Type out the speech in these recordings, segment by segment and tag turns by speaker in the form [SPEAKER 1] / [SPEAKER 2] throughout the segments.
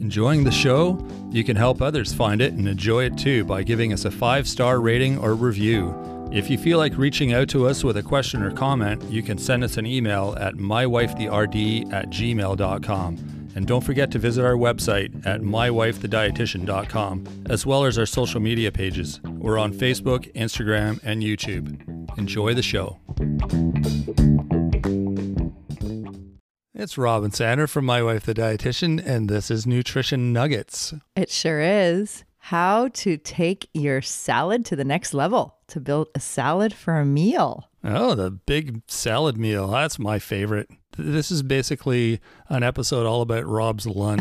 [SPEAKER 1] enjoying the show, you can help others find it and enjoy it too by giving us a five star rating or review. If you feel like reaching out to us with a question or comment, you can send us an email at mywifetherd at gmail.com. And don't forget to visit our website at mywifethedietitian.com, as well as our social media pages. We're on Facebook, Instagram, and YouTube. Enjoy the show. It's Robin Sander from My Wife the Dietitian, and this is Nutrition Nuggets.
[SPEAKER 2] It sure is. How to take your salad to the next level to build a salad for a meal.
[SPEAKER 1] Oh, the big salad meal. That's my favorite. Th- This is basically an episode all about Rob's lunch.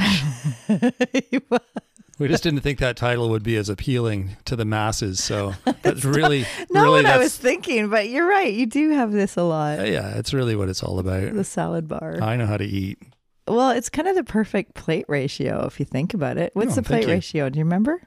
[SPEAKER 1] we just didn't think that title would be as appealing to the masses. So that's really,
[SPEAKER 2] Not
[SPEAKER 1] really,
[SPEAKER 2] what I
[SPEAKER 1] that's, uh,
[SPEAKER 2] was thinking, but you're right. You do have this a lot
[SPEAKER 1] yeah, it's really what it's all about.
[SPEAKER 2] the salad bar.
[SPEAKER 1] I know how to eat.
[SPEAKER 2] well, it's kind of the perfect plate ratio if you think about it. What's
[SPEAKER 1] No,
[SPEAKER 2] the
[SPEAKER 1] thank
[SPEAKER 2] plate
[SPEAKER 1] you.
[SPEAKER 2] ratio? Do you remember?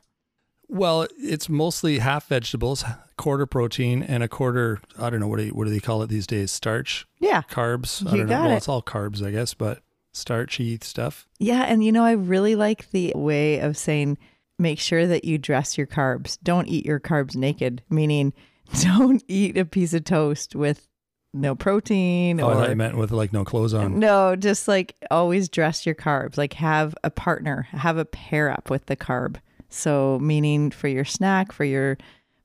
[SPEAKER 1] Well, it's mostly half vegetables, quarter protein, and a quarter, I don't know, what do, you, what do they call it these days? Starch?
[SPEAKER 2] Yeah.
[SPEAKER 1] carbs. I
[SPEAKER 2] You
[SPEAKER 1] don't know.
[SPEAKER 2] got
[SPEAKER 1] Well,
[SPEAKER 2] it.
[SPEAKER 1] it's all carbs, I guess, but starchy stuff.
[SPEAKER 2] Yeah. And you know, I really like the way of saying make sure that you dress your carbs. Don't eat your carbs naked, meaning don't eat a piece of toast with no protein
[SPEAKER 1] oh, I
[SPEAKER 2] or
[SPEAKER 1] thought you meant with like no clothes on.
[SPEAKER 2] No, just like always dress your carbs. Like have a partner, have a pair up with the carb. So, meaning for your snack, for your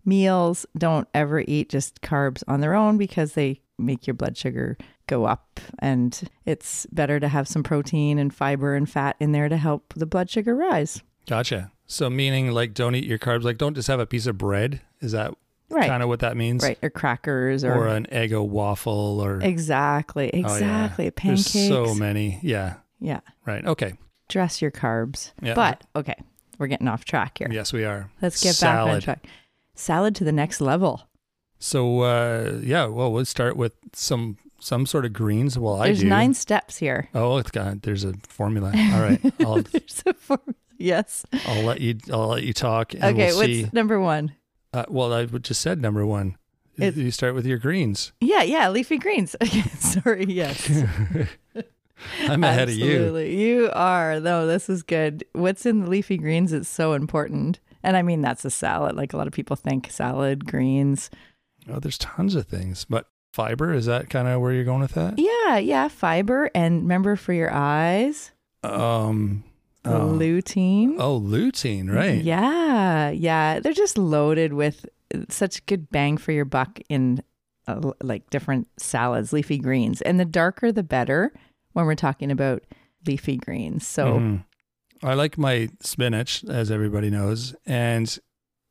[SPEAKER 2] meals, don't ever eat just carbs on their own because they make your blood sugar go up. And it's better to have some protein and fiber and fat in there to help the blood sugar rise.
[SPEAKER 1] Gotcha. So meaning like don't eat your carbs. Like don't just have a piece of bread. Is that
[SPEAKER 2] Right.
[SPEAKER 1] kind of what that means?
[SPEAKER 2] Right. Or crackers or.
[SPEAKER 1] Or an egg waffle or
[SPEAKER 2] exactly.
[SPEAKER 1] Oh, yeah.
[SPEAKER 2] Exactly. Pancakes.
[SPEAKER 1] There's so many. Yeah.
[SPEAKER 2] yeah.
[SPEAKER 1] Right. Okay.
[SPEAKER 2] Dress your carbs.
[SPEAKER 1] Yeah.
[SPEAKER 2] But okay, we're getting off track here.
[SPEAKER 1] Yes, we are.
[SPEAKER 2] Let's get
[SPEAKER 1] Salad.
[SPEAKER 2] back on track. Salad to the next level.
[SPEAKER 1] So uh, yeah, well, we'll start with some some sort of greens. Well, I
[SPEAKER 2] There's
[SPEAKER 1] do.
[SPEAKER 2] nine steps here.
[SPEAKER 1] Oh, it's got there's a formula. All right, I'll
[SPEAKER 2] There's a formula. Yes.
[SPEAKER 1] I'll let you I'll let you talk and
[SPEAKER 2] okay,
[SPEAKER 1] we'll
[SPEAKER 2] what's
[SPEAKER 1] see.
[SPEAKER 2] number one?
[SPEAKER 1] Uh, well, I would just said number one.
[SPEAKER 2] It-
[SPEAKER 1] you start with your greens.
[SPEAKER 2] Yeah, yeah, leafy greens. Okay, Sorry, yes.
[SPEAKER 1] I'm ahead of you.
[SPEAKER 2] Absolutely. You are. No, this is good. What's in the leafy greens is so important. And I mean, that's a salad. Like a lot of people think salad, greens.
[SPEAKER 1] Oh, there's tons of things, but fiber is that kind of where you're going with that?
[SPEAKER 2] Yeah, yeah, fiber. And remember for your eyes,
[SPEAKER 1] Um,
[SPEAKER 2] the
[SPEAKER 1] oh.
[SPEAKER 2] lutein.
[SPEAKER 1] oh, lutein, right?
[SPEAKER 2] Yeah, yeah. They're just loaded with such good bang for your buck in uh, l- like different salads, leafy greens. And the darker the better when we're talking about leafy greens. So,
[SPEAKER 1] Mhm. I like my spinach, as everybody knows, and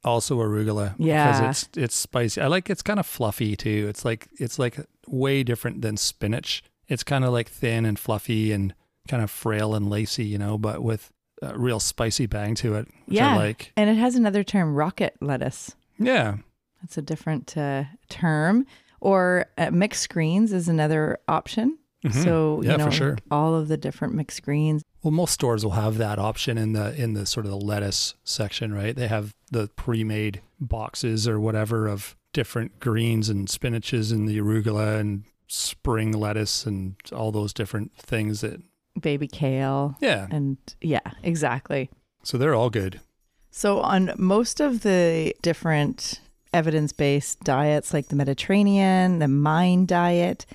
[SPEAKER 1] also arugula.
[SPEAKER 2] Yeah.
[SPEAKER 1] because it's it's spicy. I like it's kind of fluffy too. It's like it's like way different than spinach. It's kind of like thin and fluffy and kind of frail and lacy, you know, but with a real spicy bang to it, which
[SPEAKER 2] yeah.
[SPEAKER 1] I like.
[SPEAKER 2] And it has another term, rocket lettuce.
[SPEAKER 1] Yeah.
[SPEAKER 2] That's a different uh, term. Or uh, mixed greens is another option.
[SPEAKER 1] Mhm.
[SPEAKER 2] So,
[SPEAKER 1] Yeah,
[SPEAKER 2] you
[SPEAKER 1] for
[SPEAKER 2] know,
[SPEAKER 1] sure.
[SPEAKER 2] all of the different mixed greens.
[SPEAKER 1] Well, most stores will have that option in the in the sort of the lettuce section, right? They have the pre-made boxes or whatever of different greens and spinaches and the arugula and spring lettuce and all those different things that
[SPEAKER 2] Baby kale.
[SPEAKER 1] yeah.
[SPEAKER 2] And yeah, exactly.
[SPEAKER 1] So they're all good.
[SPEAKER 2] So, on most of the different evidence based diets, like the Mediterranean, the Mind diet,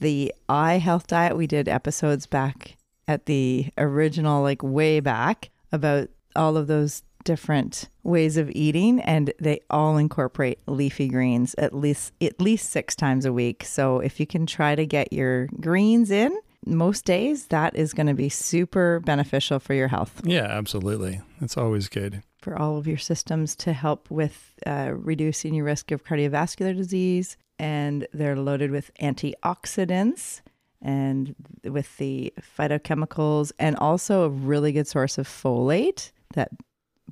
[SPEAKER 2] the Eye Health diet, we did episodes back at the original, like way back, about all of those different ways of eating and they all incorporate leafy greens at least at least 6 times a week. So if you can try to get your greens in most days, that is going to be super beneficial for your health
[SPEAKER 1] Yeah, absolutely. That's always good.
[SPEAKER 2] for all of your systems to help with uh, reducing your risk of cardiovascular disease. And they're loaded with antioxidants and with the phytochemicals, and also a really good source of folate, that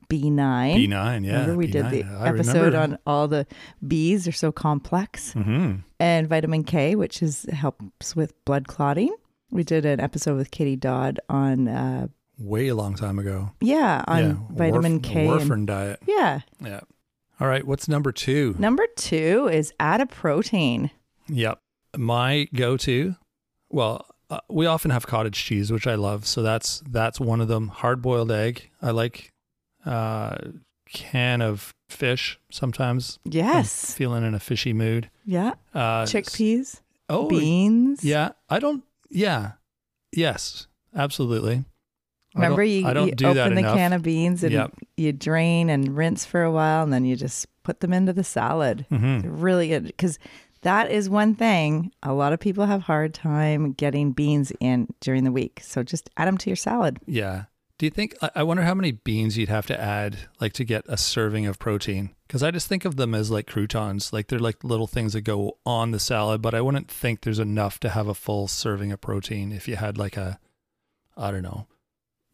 [SPEAKER 2] B9.
[SPEAKER 1] B9, yeah.
[SPEAKER 2] remember, we did the episode on all the Bs are so complex,
[SPEAKER 1] hmm
[SPEAKER 2] and vitamin K, which is helps with blood clotting. We did an episode with Katie Dodd on, uh,
[SPEAKER 1] way long time ago.
[SPEAKER 2] yeah, on
[SPEAKER 1] yeah,
[SPEAKER 2] vitamin
[SPEAKER 1] warf-
[SPEAKER 2] K. and-
[SPEAKER 1] warfarin diet.
[SPEAKER 2] yeah,
[SPEAKER 1] Yeah. All right, what's number 2?
[SPEAKER 2] Number two is add a protein.
[SPEAKER 1] Yep. My go to, well, uh, we often have cottage cheese, which I love. So that's that's one of them. Hard boiled egg. I like uh, can of fish sometimes. I'm
[SPEAKER 2] Yes.
[SPEAKER 1] feeling in a fishy mood.
[SPEAKER 2] Yeah.
[SPEAKER 1] Oh. Uh,
[SPEAKER 2] Chickpeas,
[SPEAKER 1] Oh,
[SPEAKER 2] beans.
[SPEAKER 1] yeah. I don't. Yeah. Yes. Absolutely. I
[SPEAKER 2] Remember,
[SPEAKER 1] don't-
[SPEAKER 2] you,
[SPEAKER 1] I don't
[SPEAKER 2] you
[SPEAKER 1] do
[SPEAKER 2] open
[SPEAKER 1] that
[SPEAKER 2] the
[SPEAKER 1] enough.
[SPEAKER 2] can of beans and
[SPEAKER 1] Yep.
[SPEAKER 2] you drain and rinse for a while, and then you just put them into the salad.
[SPEAKER 1] Mhm.
[SPEAKER 2] Really good because that is one thing a lot of people have hard time getting beans in during the week. So just add them to your salad.
[SPEAKER 1] Yeah. Do you think? I- I wonder how many beans you'd have to add, like, to get a serving of protein. Because I just think of them as like croutons, like they're like little things that go on the salad. But I wouldn't think there's enough to have a full serving of protein if you had like a, I don't know,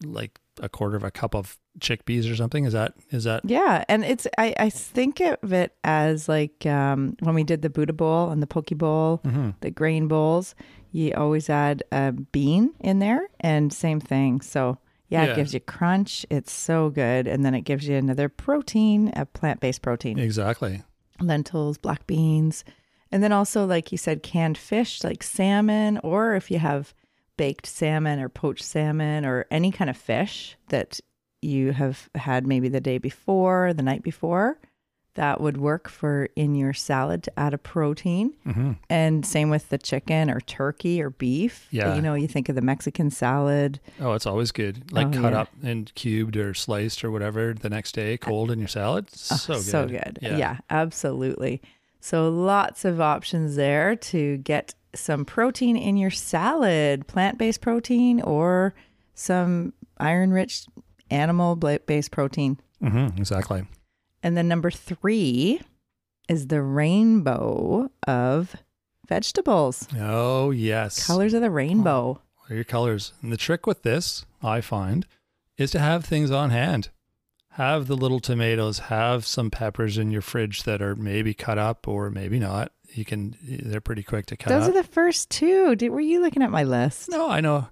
[SPEAKER 1] like a quarter of a cup of chickpeas or something. Is that is that?
[SPEAKER 2] Yeah, and it's I, I think of it as like um, when we did the Buddha bowl and the poke bowl,
[SPEAKER 1] Mm-hmm.
[SPEAKER 2] the grain bowls. You always add a bean in there, and same thing. So yeah,
[SPEAKER 1] Yeah.
[SPEAKER 2] it gives you crunch. It's so good, and then it gives you another protein, a plant-based protein,
[SPEAKER 1] Exactly.
[SPEAKER 2] lentils, black beans, and then also like you said, canned fish like salmon, or if you have baked salmon or poached salmon or any kind of fish that you have had maybe the day before, the night before, that would work for in your salad to add a protein.
[SPEAKER 1] Mm-hmm.
[SPEAKER 2] And same with the chicken or turkey or beef.
[SPEAKER 1] Yeah.
[SPEAKER 2] You know, you think of the Mexican salad.
[SPEAKER 1] Oh, it's always good. Like
[SPEAKER 2] Oh,
[SPEAKER 1] cut
[SPEAKER 2] yeah.
[SPEAKER 1] up and cubed or sliced or whatever the next day, cold in your salad.
[SPEAKER 2] Oh,
[SPEAKER 1] So good.
[SPEAKER 2] So good. Yeah. absolutely. So lots of options there to get some protein in your salad, plant based protein or some iron rich animal based protein.
[SPEAKER 1] Mm-hmm. Exactly.
[SPEAKER 2] And then number three is the rainbow of vegetables.
[SPEAKER 1] Oh yes.
[SPEAKER 2] Colors of the rainbow.
[SPEAKER 1] What are your colors? And the trick with this, I find, is to have things on hand. Have the little tomatoes, have some peppers in your fridge that are maybe cut up or maybe not. You can, they're pretty quick to cut
[SPEAKER 2] Those
[SPEAKER 1] up.
[SPEAKER 2] are the first two. Did, were you looking at my list?
[SPEAKER 1] no, I know.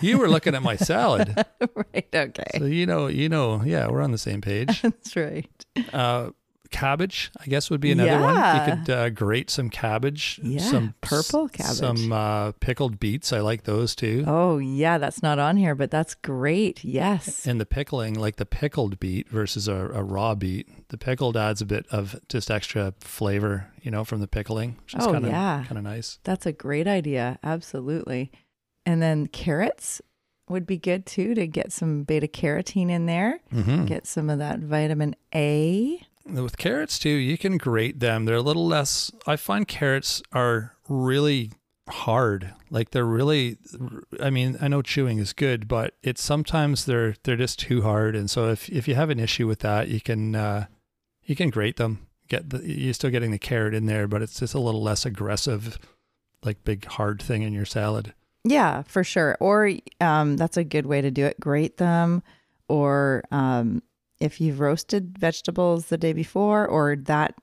[SPEAKER 1] you were looking at my salad.
[SPEAKER 2] right. Okay.
[SPEAKER 1] So, you know, you know, yeah, we're on the same page.
[SPEAKER 2] That's right.
[SPEAKER 1] Uh, cabbage, I guess, would be another one.
[SPEAKER 2] Yeah.
[SPEAKER 1] You could uh, grate some cabbage,
[SPEAKER 2] Yeah,
[SPEAKER 1] some
[SPEAKER 2] purple cabbage.
[SPEAKER 1] some uh, pickled beets. I like those too.
[SPEAKER 2] Oh, yeah, that's not on here, but that's great. Yes.
[SPEAKER 1] And the pickling, like the pickled beet versus a, a raw beet, the pickled adds a bit of just extra flavor, you know, from the pickling, which is
[SPEAKER 2] Oh,
[SPEAKER 1] kind of
[SPEAKER 2] yeah.
[SPEAKER 1] kind of nice.
[SPEAKER 2] That's a great idea. Absolutely. And then carrots would be good too to get some beta carotene in there,
[SPEAKER 1] Mm-hmm.
[SPEAKER 2] get some of that vitamin A.
[SPEAKER 1] With carrots too, you can grate them. They're a little less. I find carrots are really hard. Like they're really. I mean, I know chewing is good, but it's sometimes they're they're just too hard. And so if if you have an issue with that, you can uh, you can grate them. Get the, you're still getting the carrot in there, but it's just a little less aggressive, like big hard thing in your salad.
[SPEAKER 2] Yeah, for sure. Or um, that's a good way to do it. Grate them. Or um, if you've roasted vegetables the day before or that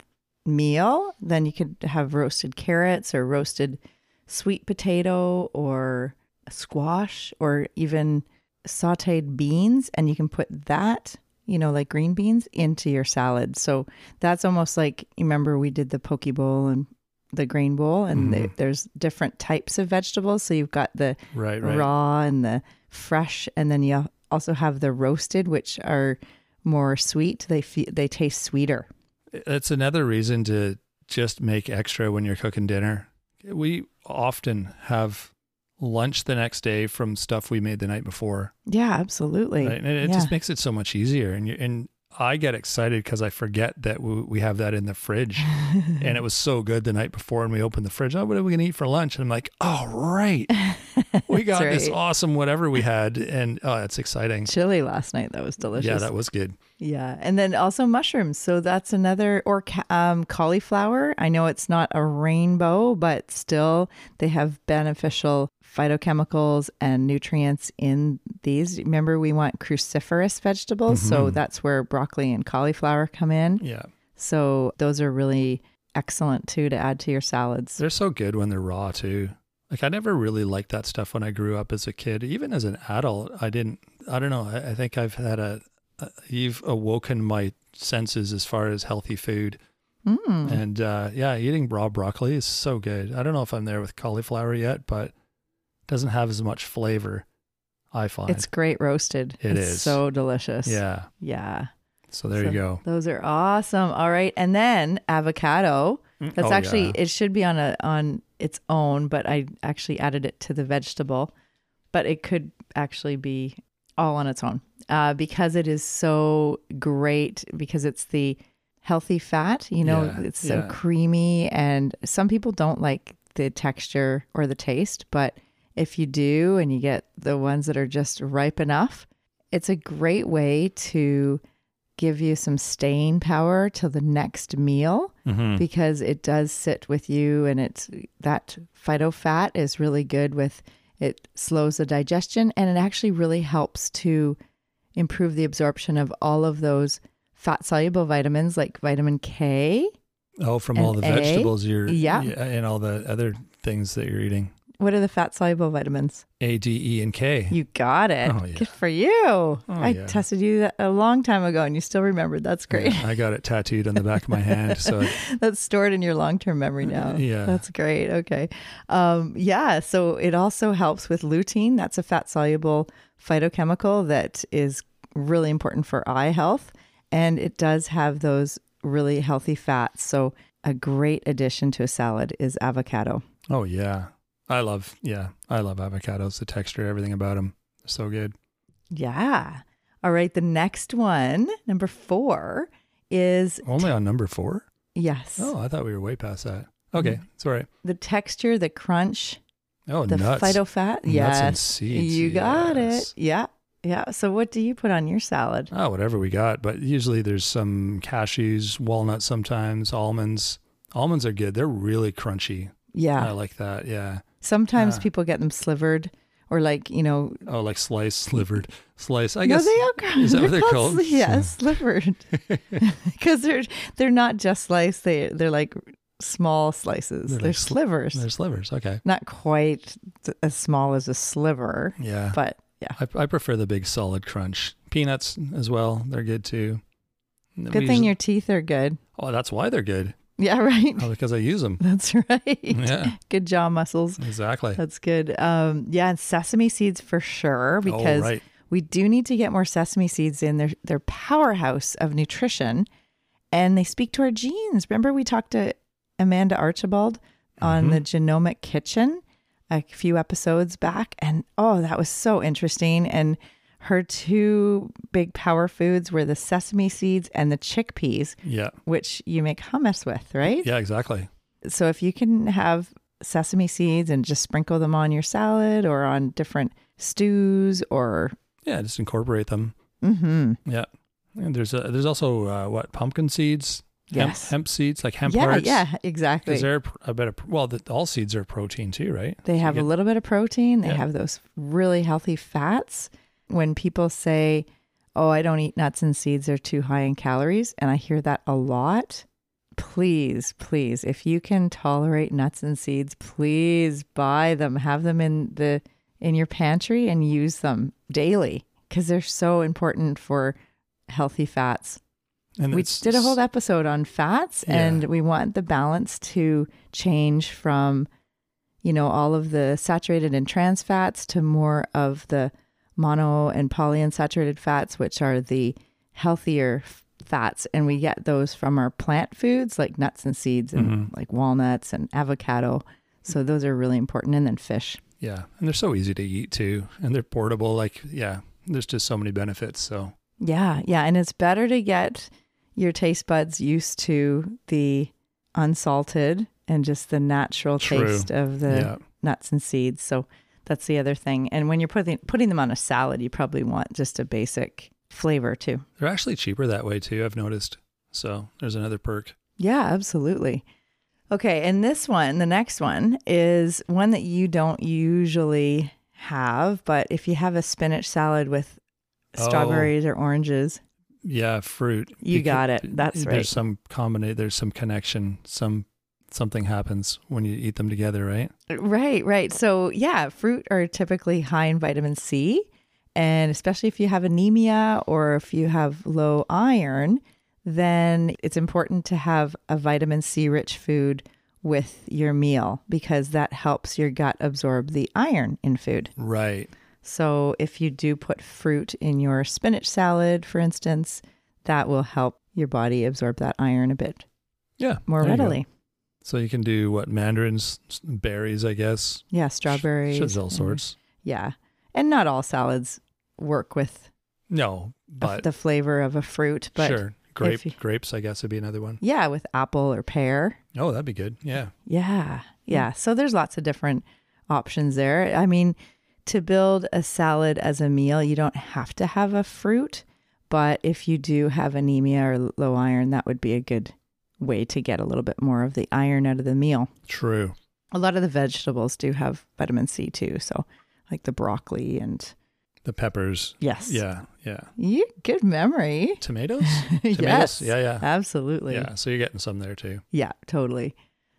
[SPEAKER 2] meal, then you could have roasted carrots or roasted sweet potato or squash or even sauteed beans. And you can put that, you know, like green beans into your salad. So that's almost like, remember, we did the poke bowl and the grain bowl, and
[SPEAKER 1] Mhm.
[SPEAKER 2] the- there's different types of vegetables. So you've got the
[SPEAKER 1] Right, right.
[SPEAKER 2] raw and the fresh, and then you also have the roasted, which are more sweet. They fe- they taste sweeter.
[SPEAKER 1] That's another reason to just make extra when you're cooking dinner. We often have lunch the next day from stuff we made the night before.
[SPEAKER 2] Yeah, absolutely.
[SPEAKER 1] Right? And it
[SPEAKER 2] yeah.
[SPEAKER 1] just makes it so much easier. And you, and I get excited because I forget that we, we have that in the fridge. and it was so good the night before. And we opened the fridge. Oh, what are we going to eat for lunch? And I'm like, oh, right. We got this
[SPEAKER 2] right.
[SPEAKER 1] awesome whatever we had. And oh, that's exciting.
[SPEAKER 2] chili last night. That was delicious.
[SPEAKER 1] Yeah, that was good.
[SPEAKER 2] Yeah, and then also mushrooms. So that's another or ca- um, cauliflower. I know it's not a rainbow, but still they have beneficial phytochemicals and nutrients in these. Remember, we want cruciferous vegetables, so that's where broccoli and cauliflower come in.
[SPEAKER 1] Yeah.
[SPEAKER 2] So those are really excellent too to add to your salads.
[SPEAKER 1] They're so good when they're raw too. Like I never really liked that stuff when I grew up as a kid. Even as an adult, I didn't. I don't know. I, I think I've had a, a. You've awoken my senses as far as healthy food,
[SPEAKER 2] Mm.
[SPEAKER 1] and uh, yeah, eating raw broccoli is so good. I don't know if I'm there with cauliflower yet, but doesn't have as much flavor, I find.
[SPEAKER 2] It's great roasted.
[SPEAKER 1] It
[SPEAKER 2] it's
[SPEAKER 1] is.
[SPEAKER 2] so delicious.
[SPEAKER 1] yeah.
[SPEAKER 2] Yeah.
[SPEAKER 1] So there
[SPEAKER 2] So
[SPEAKER 1] you go.
[SPEAKER 2] Those are awesome. All right. And then avocado. That's
[SPEAKER 1] Oh,
[SPEAKER 2] actually
[SPEAKER 1] yeah.
[SPEAKER 2] it should be on a on its own, but I actually added it to the vegetable. But it could actually be all on its own. Uh, because it is so great because it's the healthy fat, you know,
[SPEAKER 1] Yeah,
[SPEAKER 2] it's so
[SPEAKER 1] yeah.
[SPEAKER 2] creamy and some people don't like the texture or the taste, but if you do and you get the ones that are just ripe enough, it's a great way to give you some staying power till the next meal
[SPEAKER 1] Mhm.
[SPEAKER 2] because it does sit with you and it's that phytofat is really good with it slows the digestion and it actually really helps to improve the absorption of all of those fat soluble vitamins like vitamin K.
[SPEAKER 1] Oh, from
[SPEAKER 2] And
[SPEAKER 1] all the
[SPEAKER 2] A.
[SPEAKER 1] vegetables you're
[SPEAKER 2] Yeah.
[SPEAKER 1] and all the other things that you're eating.
[SPEAKER 2] What are the fat soluble vitamins?
[SPEAKER 1] A, D, E, and K.
[SPEAKER 2] You got it.
[SPEAKER 1] Oh, yeah. Oh,
[SPEAKER 2] Good for you. I
[SPEAKER 1] yeah.
[SPEAKER 2] tested you that a long time ago and you still remembered. That's great.
[SPEAKER 1] Yeah, I got it tattooed on the back of my hand. So
[SPEAKER 2] That's stored in your long term memory now.
[SPEAKER 1] Uh, Yeah.
[SPEAKER 2] That's great. Okay. Um, yeah. So it also helps with lutein. That's a fat soluble phytochemical that is really important for eye health. And it does have those really healthy fats. So a great addition to a salad is avocado.
[SPEAKER 1] Oh yeah, I love yeah, I love avocados. The texture, everything about them, so good.
[SPEAKER 2] Yeah. All right. The next one, number four, is
[SPEAKER 1] Only on number four.
[SPEAKER 2] yes,
[SPEAKER 1] Oh, I thought we were way past that. Okay, it's all right.
[SPEAKER 2] the texture, the crunch,
[SPEAKER 1] Oh,
[SPEAKER 2] Mm. the
[SPEAKER 1] nuts.
[SPEAKER 2] phytofat.
[SPEAKER 1] Nuts
[SPEAKER 2] Yes.
[SPEAKER 1] and seeds,
[SPEAKER 2] You got
[SPEAKER 1] yes.
[SPEAKER 2] it. Yeah. Yeah. So what do you put on your salad?
[SPEAKER 1] oh, whatever we got. But usually there's some cashews, walnuts, sometimes almonds. Almonds are good. They're really crunchy. I
[SPEAKER 2] Yeah.
[SPEAKER 1] like that. Yeah.
[SPEAKER 2] Sometimes
[SPEAKER 1] yeah.
[SPEAKER 2] people get them slivered or like, you know,
[SPEAKER 1] Oh, like sliced, slivered, slice. I
[SPEAKER 2] no,
[SPEAKER 1] guess.
[SPEAKER 2] they are cr-
[SPEAKER 1] is that what they're called?
[SPEAKER 2] sli- Yeah, slivered. Because they're they're not just sliced, they they're like small slices.
[SPEAKER 1] They're
[SPEAKER 2] They're,
[SPEAKER 1] like sli-
[SPEAKER 2] slivers.
[SPEAKER 1] They're slivers. Okay.
[SPEAKER 2] not quite th- as small as a sliver,
[SPEAKER 1] Yeah.
[SPEAKER 2] but yeah.
[SPEAKER 1] I, I prefer the big solid crunch. Peanuts as well. They're good too.
[SPEAKER 2] Good thing your teeth are good.
[SPEAKER 1] Oh, that's why they're good.
[SPEAKER 2] Yeah, right.
[SPEAKER 1] Oh, because I use them.
[SPEAKER 2] That's right.
[SPEAKER 1] Yeah.
[SPEAKER 2] Good jaw muscles.
[SPEAKER 1] Exactly.
[SPEAKER 2] That's good. Um, yeah, and sesame seeds for sure because
[SPEAKER 1] oh, right.
[SPEAKER 2] we do need to get more sesame seeds in. They're, they're powerhouse of nutrition and they speak to our genes. Remember, we talked to Amanda Archibald
[SPEAKER 1] Mm-hmm.
[SPEAKER 2] on the Genomic Kitchen a few episodes back. And oh, that was so interesting. And her two big power foods were the sesame seeds and the chickpeas,
[SPEAKER 1] Yeah.
[SPEAKER 2] which you make hummus with, right?
[SPEAKER 1] Yeah, exactly.
[SPEAKER 2] So if you can have sesame seeds and just sprinkle them on your salad or on different stews or
[SPEAKER 1] Yeah, just incorporate them.
[SPEAKER 2] mm-hmm.
[SPEAKER 1] Yeah. And there's a, there's also uh, what pumpkin seeds,
[SPEAKER 2] Yes.
[SPEAKER 1] hemp, hemp seeds, like hemp
[SPEAKER 2] yeah,
[SPEAKER 1] hearts.
[SPEAKER 2] yeah, exactly.
[SPEAKER 1] Because they're pr- a bit of pr- well, the, all seeds are protein too, right?
[SPEAKER 2] They have a
[SPEAKER 1] get-
[SPEAKER 2] little bit of protein. They
[SPEAKER 1] Yeah.
[SPEAKER 2] have those really healthy fats. When people say, "Oh, I don't eat nuts and seeds; they're too high in calories," and I hear that a lot. Please, please, if you can tolerate nuts and seeds, please buy them. Have them in the in your pantry and use them daily because they're so important for healthy fats.
[SPEAKER 1] And
[SPEAKER 2] we
[SPEAKER 1] it's-
[SPEAKER 2] did a whole episode on fats
[SPEAKER 1] Yeah.
[SPEAKER 2] and we want the balance to change from you know all of the saturated and trans fats to more of the mono and polyunsaturated fats which are the healthier f- fats and we get those from our plant foods like nuts and seeds and
[SPEAKER 1] Mm-hmm.
[SPEAKER 2] like walnuts and avocado so those are really important and then fish
[SPEAKER 1] Yeah, and they're so easy to eat too, and they're portable. Like yeah, there's just so many benefits. So
[SPEAKER 2] Yeah, yeah, and it's better to get your taste buds used to the unsalted and just the natural
[SPEAKER 1] True.
[SPEAKER 2] taste of the
[SPEAKER 1] yeah,
[SPEAKER 2] nuts and seeds. So that's the other thing. And when you're putting putting them on a salad, you probably want just a basic flavor too.
[SPEAKER 1] they're actually cheaper that way too. I've noticed. So there's another perk.
[SPEAKER 2] Yeah, absolutely. Okay, and this one, the next one is one that you don't usually have, but if you have a spinach salad with
[SPEAKER 1] Oh.
[SPEAKER 2] strawberries or oranges,
[SPEAKER 1] Yeah, fruit.
[SPEAKER 2] You
[SPEAKER 1] Beca-
[SPEAKER 2] got it. That's right.
[SPEAKER 1] There's some combinate. There's some connection. Some something happens when you eat them together, right?
[SPEAKER 2] Right, right. So, yeah, fruit are typically high in vitamin C. And especially if you have anemia or if you have low iron, then it's important to have a vitamin C rich food with your meal because that helps your gut absorb the iron in food.
[SPEAKER 1] Right.
[SPEAKER 2] So if you do put fruit in your spinach salad, for instance, that will help your body absorb that iron a bit
[SPEAKER 1] Yeah.
[SPEAKER 2] more
[SPEAKER 1] there you go.
[SPEAKER 2] readily.
[SPEAKER 1] So you can do what mandarins, s- berries, I guess.
[SPEAKER 2] Yeah,
[SPEAKER 1] Sh-
[SPEAKER 2] strawberries. Mm-hmm.
[SPEAKER 1] Shit's all
[SPEAKER 2] and-
[SPEAKER 1] sorts.
[SPEAKER 2] Yeah. And not all salads work with
[SPEAKER 1] No,
[SPEAKER 2] a-
[SPEAKER 1] but
[SPEAKER 2] the flavor of a fruit, but
[SPEAKER 1] sure. Grape
[SPEAKER 2] you-
[SPEAKER 1] grapes, I guess, would be another one.
[SPEAKER 2] yeah, with apple or pear.
[SPEAKER 1] Oh, that'd be good. Yeah.
[SPEAKER 2] Yeah. Yeah.
[SPEAKER 1] Hmm.
[SPEAKER 2] So there's lots of different options there. I mean, to build a salad as a meal, you don't have to have a fruit, but if you do have anemia or low iron, that would be a good way to get a little bit more of the iron out of the meal.
[SPEAKER 1] True.
[SPEAKER 2] A lot of the vegetables do have vitamin C too. So, like the broccoli and
[SPEAKER 1] The peppers.
[SPEAKER 2] yes.
[SPEAKER 1] Yeah. Yeah.
[SPEAKER 2] You good memory.
[SPEAKER 1] Tomatoes? Tomatoes?
[SPEAKER 2] yes.
[SPEAKER 1] Yeah, yeah.
[SPEAKER 2] Absolutely.
[SPEAKER 1] Yeah. So you're getting some there too.
[SPEAKER 2] yeah, totally.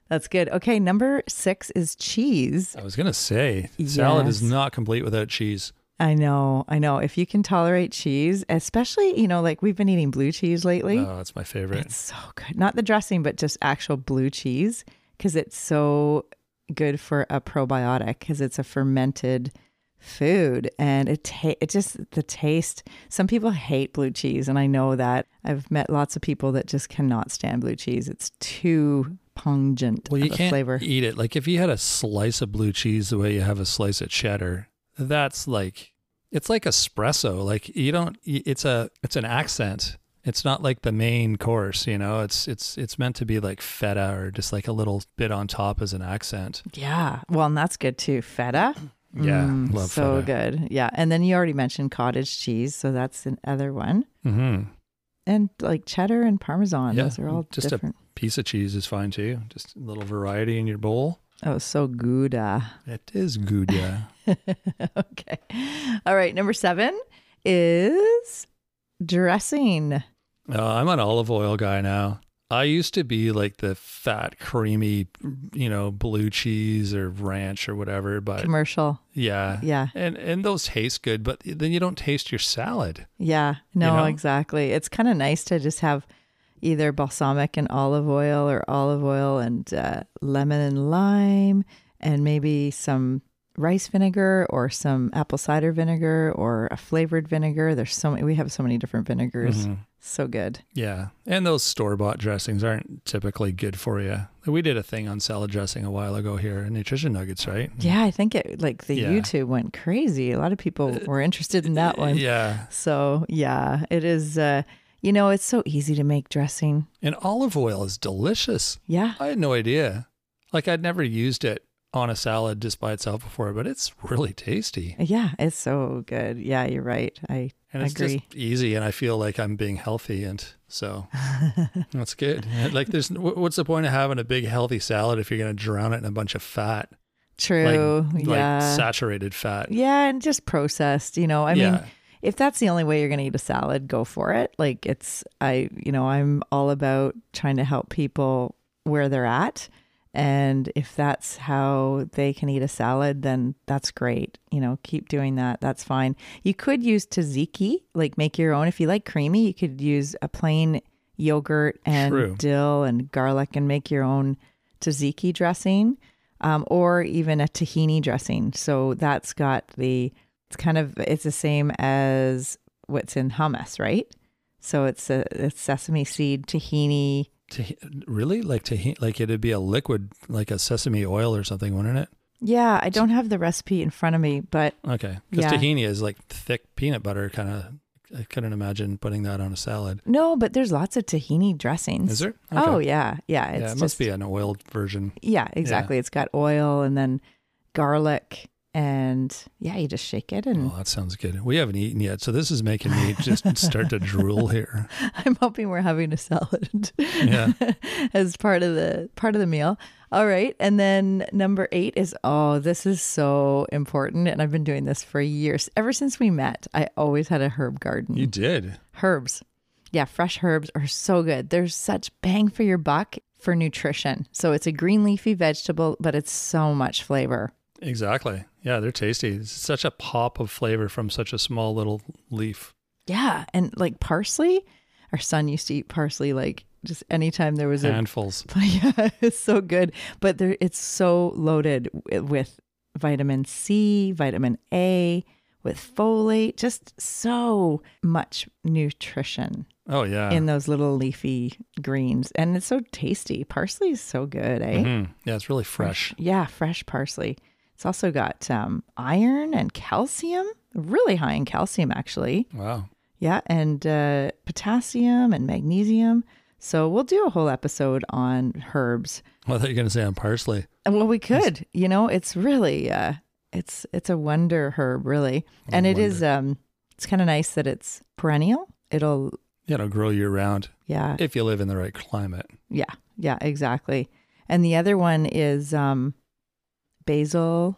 [SPEAKER 2] That's good. Okay, number 6 is cheese.
[SPEAKER 1] I was going to say salad is
[SPEAKER 2] Yes.
[SPEAKER 1] not complete without cheese.
[SPEAKER 2] I know, I know. If you can tolerate cheese, especially, you know, like we've been eating blue cheese lately.
[SPEAKER 1] Oh, that's my favorite.
[SPEAKER 2] It's so good. Not the dressing, but just actual blue cheese because it's so good for a probiotic because it's a fermented food and it ta- it just the taste. Some people hate blue cheese and I know that. I've met lots of people that just cannot stand blue cheese. It's too pungent
[SPEAKER 1] Well,
[SPEAKER 2] of
[SPEAKER 1] you
[SPEAKER 2] a
[SPEAKER 1] can't
[SPEAKER 2] flavor.
[SPEAKER 1] eat it. Like if you had a slice of blue cheese the way you have a slice of cheddar, that's like it's like espresso. Like you don't. y- It's a it's an accent. It's not like the main course. You know, it's it's it's meant to be like feta or just like a little bit on top as an accent.
[SPEAKER 2] Yeah. Well, and that's good too. Feta.
[SPEAKER 1] Yeah,
[SPEAKER 2] Mm,
[SPEAKER 1] love
[SPEAKER 2] so
[SPEAKER 1] feta.
[SPEAKER 2] good. Yeah, and then you already mentioned cottage cheese, so that's another one.
[SPEAKER 1] Mm-hmm.
[SPEAKER 2] And like cheddar and parmesan,
[SPEAKER 1] Yeah,
[SPEAKER 2] those are all
[SPEAKER 1] just a-
[SPEAKER 2] different.
[SPEAKER 1] Piece of cheese is fine too. Just a little variety in your bowl.
[SPEAKER 2] oh, so good. uh.
[SPEAKER 1] It is good. Yeah.
[SPEAKER 2] okay. All right, number 7 is dressing.
[SPEAKER 1] Uh, I'm an olive oil guy now. I used to be like the fat, creamy, you know, blue cheese or ranch or whatever. But
[SPEAKER 2] Commercial.
[SPEAKER 1] yeah,
[SPEAKER 2] Yeah.
[SPEAKER 1] and and those taste good, but then you don't taste your salad.
[SPEAKER 2] Yeah. No,
[SPEAKER 1] know?
[SPEAKER 2] exactly. It's kind of nice to just have either balsamic and olive oil or olive oil and uh, lemon and lime and maybe some rice vinegar or some apple cider vinegar or a flavored vinegar. There's so many, we have so many different vinegars. So good.
[SPEAKER 1] Yeah, and those store bought dressings aren't typically good for you. We did a thing on salad dressing a while ago here, nutrition nuggets, right?
[SPEAKER 2] Yeah. I think it like the
[SPEAKER 1] Mm. Yeah. Uh,
[SPEAKER 2] YouTube went crazy. A lot of people were interested in that one.
[SPEAKER 1] Yeah,
[SPEAKER 2] So yeah, it is, uh, you know, it's so easy to make dressing.
[SPEAKER 1] and olive oil is delicious.
[SPEAKER 2] Yeah.
[SPEAKER 1] I had no idea. Like I'd never used it on a salad just by itself before, but it's really tasty.
[SPEAKER 2] Yeah, it's so good. Yeah, you're right. I
[SPEAKER 1] And it's
[SPEAKER 2] agree.
[SPEAKER 1] just easy, and I feel like I'm being healthy, and so that's good. And, Like, there's wh- what's the point of having a big healthy salad if you're going to drown it in a bunch of fat, like,
[SPEAKER 2] True. yeah.
[SPEAKER 1] like saturated fat?
[SPEAKER 2] yeah, and just processed, you know. I mean,
[SPEAKER 1] Yeah.
[SPEAKER 2] if that's the only way you're going to eat a salad, go for it. Like it's I, you know, I'm all about trying to help people where they're at. And if that's how they can eat a salad, then that's great. You know, keep doing that. That's fine. You could use tzatziki, like make your own. If you like creamy, you could use a plain yogurt and
[SPEAKER 1] True.
[SPEAKER 2] dill and garlic and make your own tzatziki dressing um, or even a tahini dressing. So that's got the, it's kind of, it's the same as what's in hummus, right? So it's a it's sesame seed tahini.
[SPEAKER 1] Tah- really, like tahi- like it'd be a liquid, like a sesame oil or something, wouldn't it?
[SPEAKER 2] Yeah, I don't have the recipe in front of me, but
[SPEAKER 1] Okay, because
[SPEAKER 2] Yeah.
[SPEAKER 1] tahini is like thick peanut butter, kind of. I couldn't imagine putting that on a salad.
[SPEAKER 2] no, but there's lots of tahini dressings.
[SPEAKER 1] Is there?
[SPEAKER 2] Oh
[SPEAKER 1] Okay.
[SPEAKER 2] yeah, yeah.
[SPEAKER 1] yeah,
[SPEAKER 2] It's
[SPEAKER 1] it
[SPEAKER 2] just,
[SPEAKER 1] must be an oiled version.
[SPEAKER 2] Yeah, exactly. It's got oil and then garlic and yeah, you just shake it and
[SPEAKER 1] Oh, that sounds good. We haven't eaten yet, so this is making me just start to drool here.
[SPEAKER 2] I'm hoping we're having a salad
[SPEAKER 1] Yeah.
[SPEAKER 2] as part of the part of the meal. All right, and then number eight is oh, this is so important, and I've been doing this for years. Ever since we met, I always had a herb garden.
[SPEAKER 1] You did.
[SPEAKER 2] herbs, yeah, fresh herbs are so good. There's such bang for your buck for nutrition. So it's a green leafy vegetable, but it's so much flavor.
[SPEAKER 1] Exactly. Yeah, they're tasty. It's such a pop of flavor from such a small little leaf.
[SPEAKER 2] Yeah, and like parsley, our son used to eat parsley like Just anytime there was a
[SPEAKER 1] handfuls.
[SPEAKER 2] yeah, it's so good, but there it's so loaded wi- with vitamin C, vitamin A, with folate, just so much nutrition
[SPEAKER 1] Oh yeah.
[SPEAKER 2] in those little leafy greens, and it's so tasty. Parsley is so good, eh?
[SPEAKER 1] Mhm. Yeah, it's really fresh.
[SPEAKER 2] Yeah, fresh parsley. It's also got um, iron and calcium, really high in calcium, actually.
[SPEAKER 1] Wow.
[SPEAKER 2] Yeah, and uh, potassium and magnesium. So we'll do a whole episode on herbs.
[SPEAKER 1] I thought you were going to say on parsley.
[SPEAKER 2] And Well, we could. You know, it's really uh, it's it's a wonder herb, really, and it is. Um, it's kind of nice that it's perennial. It'll,
[SPEAKER 1] Yeah, it'll grow year round
[SPEAKER 2] yeah,
[SPEAKER 1] if you live in the right climate.
[SPEAKER 2] yeah, yeah, exactly. And the other one is um, basil.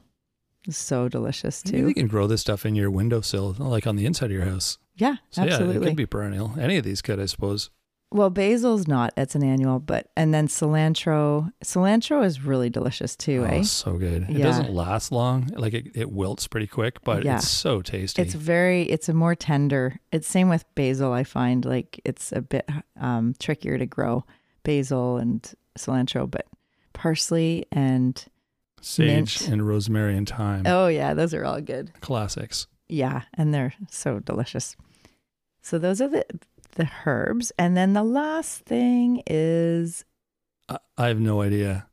[SPEAKER 2] So delicious
[SPEAKER 1] Maybe
[SPEAKER 2] too.
[SPEAKER 1] you can grow this stuff in your windowsill, like on the inside of your house.
[SPEAKER 2] Yeah,
[SPEAKER 1] So yeah, it
[SPEAKER 2] absolutely.
[SPEAKER 1] could be perennial. Any of these could, I suppose.
[SPEAKER 2] Well, basil's not. It's an annual, but and then cilantro. Cilantro is really delicious too.
[SPEAKER 1] Oh,
[SPEAKER 2] eh?
[SPEAKER 1] so good. It
[SPEAKER 2] Yeah.
[SPEAKER 1] doesn't last long. Like it, it wilts pretty quick, but
[SPEAKER 2] Yeah.
[SPEAKER 1] it's so tasty.
[SPEAKER 2] It's very. It's a more tender. It's same with basil. I find like it's a bit um, trickier to grow basil and cilantro, but parsley and
[SPEAKER 1] Sage
[SPEAKER 2] mint.
[SPEAKER 1] and rosemary and thyme.
[SPEAKER 2] oh yeah, those are all good.
[SPEAKER 1] Classics.
[SPEAKER 2] Yeah, and they're so delicious. So those are the the herbs, and then the last thing is
[SPEAKER 1] I, I have no idea.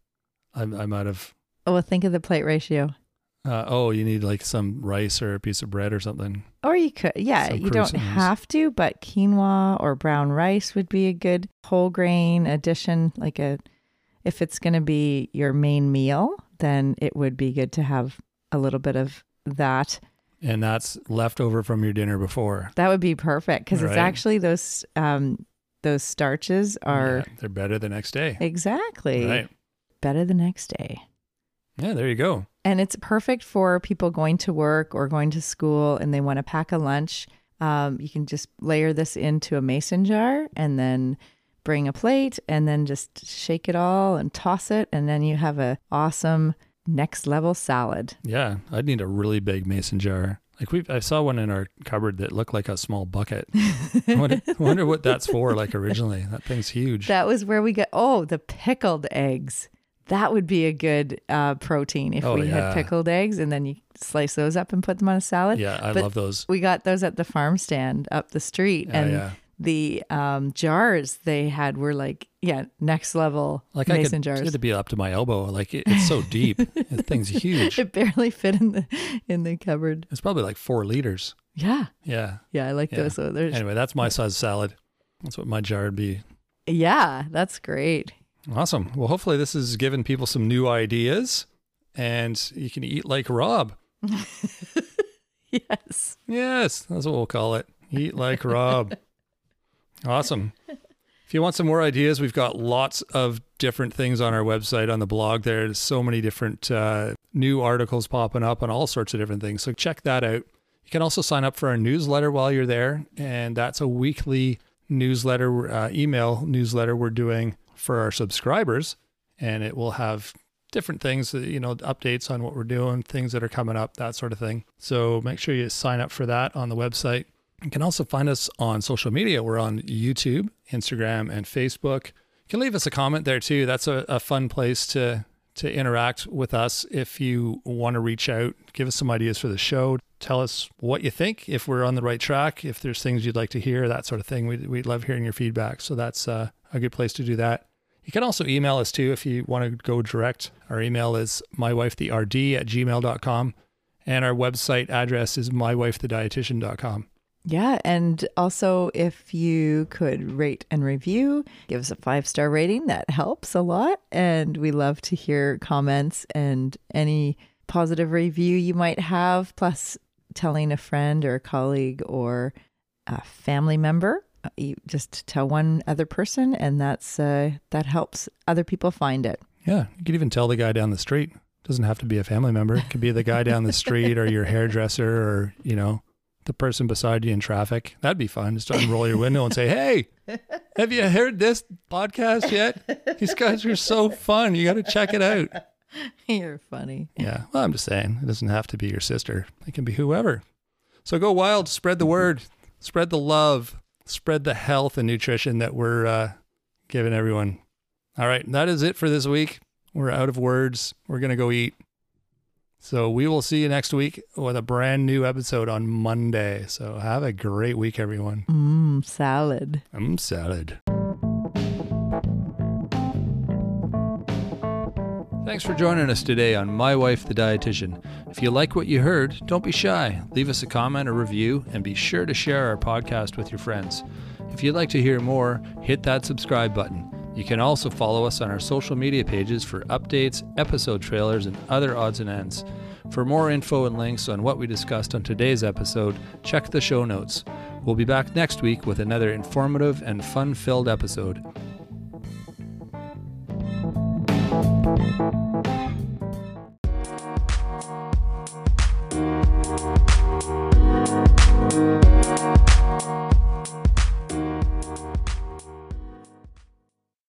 [SPEAKER 1] I, I might have.
[SPEAKER 2] oh, well, think of the plate ratio.
[SPEAKER 1] Uh, oh, you need like some rice or a piece of bread or something.
[SPEAKER 2] Or you could, yeah,
[SPEAKER 1] Some
[SPEAKER 2] you don't
[SPEAKER 1] croissants.
[SPEAKER 2] have to, but quinoa or brown rice would be a good whole grain addition. Like a, if it's going to be your main meal, then it would be good to have a little bit of that.
[SPEAKER 1] And that's leftover from your dinner before.
[SPEAKER 2] That would be perfect because
[SPEAKER 1] Right.
[SPEAKER 2] it's actually those um those starches are
[SPEAKER 1] Yeah, they're better the next day.
[SPEAKER 2] exactly
[SPEAKER 1] Right.
[SPEAKER 2] better the next day.
[SPEAKER 1] Yeah, there you go.
[SPEAKER 2] And it's perfect for people going to work or going to school and they want to pack a lunch. Um, you can just layer this into a mason jar and then bring a plate and then just shake it all and toss it. And then you have a awesome next level salad.
[SPEAKER 1] Yeah, I'd need a really big mason jar. Like we, I saw one in our cupboard that looked like a small bucket. I wonder, I wonder what that's for. Like originally, that thing's huge.
[SPEAKER 2] That was where we got, oh, the pickled eggs. That would be a good uh, protein if
[SPEAKER 1] Oh,
[SPEAKER 2] we
[SPEAKER 1] yeah.
[SPEAKER 2] had pickled eggs and then you slice those up and put them on a salad.
[SPEAKER 1] yeah, I
[SPEAKER 2] but-
[SPEAKER 1] love those.
[SPEAKER 2] We got those at the farm stand up the street.
[SPEAKER 1] Yeah,
[SPEAKER 2] and
[SPEAKER 1] Oh, yeah.
[SPEAKER 2] the um, jars they had were like, yeah, next level
[SPEAKER 1] Like I
[SPEAKER 2] mason
[SPEAKER 1] could, it
[SPEAKER 2] jars.
[SPEAKER 1] had to be up to my elbow. Like it, it's so deep. the thing's huge.
[SPEAKER 2] It barely fit in the in the cupboard.
[SPEAKER 1] It's probably like four liters.
[SPEAKER 2] Yeah,
[SPEAKER 1] Yeah.
[SPEAKER 2] yeah, I like
[SPEAKER 1] Yeah.
[SPEAKER 2] those. So there's,
[SPEAKER 1] Anyway, that's my size salad. That's what my jar would be.
[SPEAKER 2] yeah, that's great.
[SPEAKER 1] Awesome. Well, hopefully this has given people some new ideas, and you can eat like Rob.
[SPEAKER 2] Yes,
[SPEAKER 1] Yes, that's what we'll call it. Eat like Rob. awesome. If you want some more ideas, we've got lots of different things on our website, on the blog. There's so many different uh, new articles popping up on all sorts of different things. So check that out. You can also sign up for our newsletter while you're there. And that's a weekly newsletter, uh, email newsletter we're doing for our subscribers. And it will have different things, uh, you know, updates on what we're doing, things that are coming up, that sort of thing. So make sure you sign up for that on the website. You can also find us on social media. We're on YouTube, Instagram, and Facebook. You can leave us a comment there too. That's a, a fun place to to interact with us if you want to reach out, give us some ideas for the show, tell us what you think, if we're on the right track, if there's things you'd like to hear, that sort of thing. We'd, we'd love hearing your feedback. So that's uh, a good place to do that. You can also email us too if you want to go direct. Our email is mywifetherd at gmail.com and our website address is mywifethedietitian.com.
[SPEAKER 2] yeah, and also if you could rate and review, give us a five star rating. That helps a lot, and we love to hear comments and any positive review you might have. Plus, telling a friend or a colleague or a family member uh, you just tell one other person and that's uh, that helps other people find it
[SPEAKER 1] Yeah, you could even tell the guy down the street. Doesn't have to be a family member. It could be the guy down the street or your hairdresser or, you know, the person beside you in traffic. That'd be fun. Just unroll your window and say, Hey, have you heard this podcast yet? These guys are so fun. You got to check it out.
[SPEAKER 2] you're funny
[SPEAKER 1] Yeah. Well, I'm just saying, it doesn't have to be your sister. It can be whoever. So go wild, spread the word, spread the love, spread the health and nutrition that we're uh, giving everyone. All right, that is it for this week. We're out of words. We're going to go eat. So we will see you next week with a brand new episode on Monday. So have a great week, everyone.
[SPEAKER 2] Mmm, salad.
[SPEAKER 1] I'm Mmm, salad. Thanks for joining us today on My Wife the Dietitian. If you like what you heard, don't be shy. Leave us a comment or review and be sure to share our podcast with your friends. If you'd like to hear more, hit that subscribe button. You can also follow us on our social media pages for updates, episode trailers, and other odds and ends. For more info and links on what we discussed on today's episode, check the show notes. We'll be back next week with another informative and fun filled episode.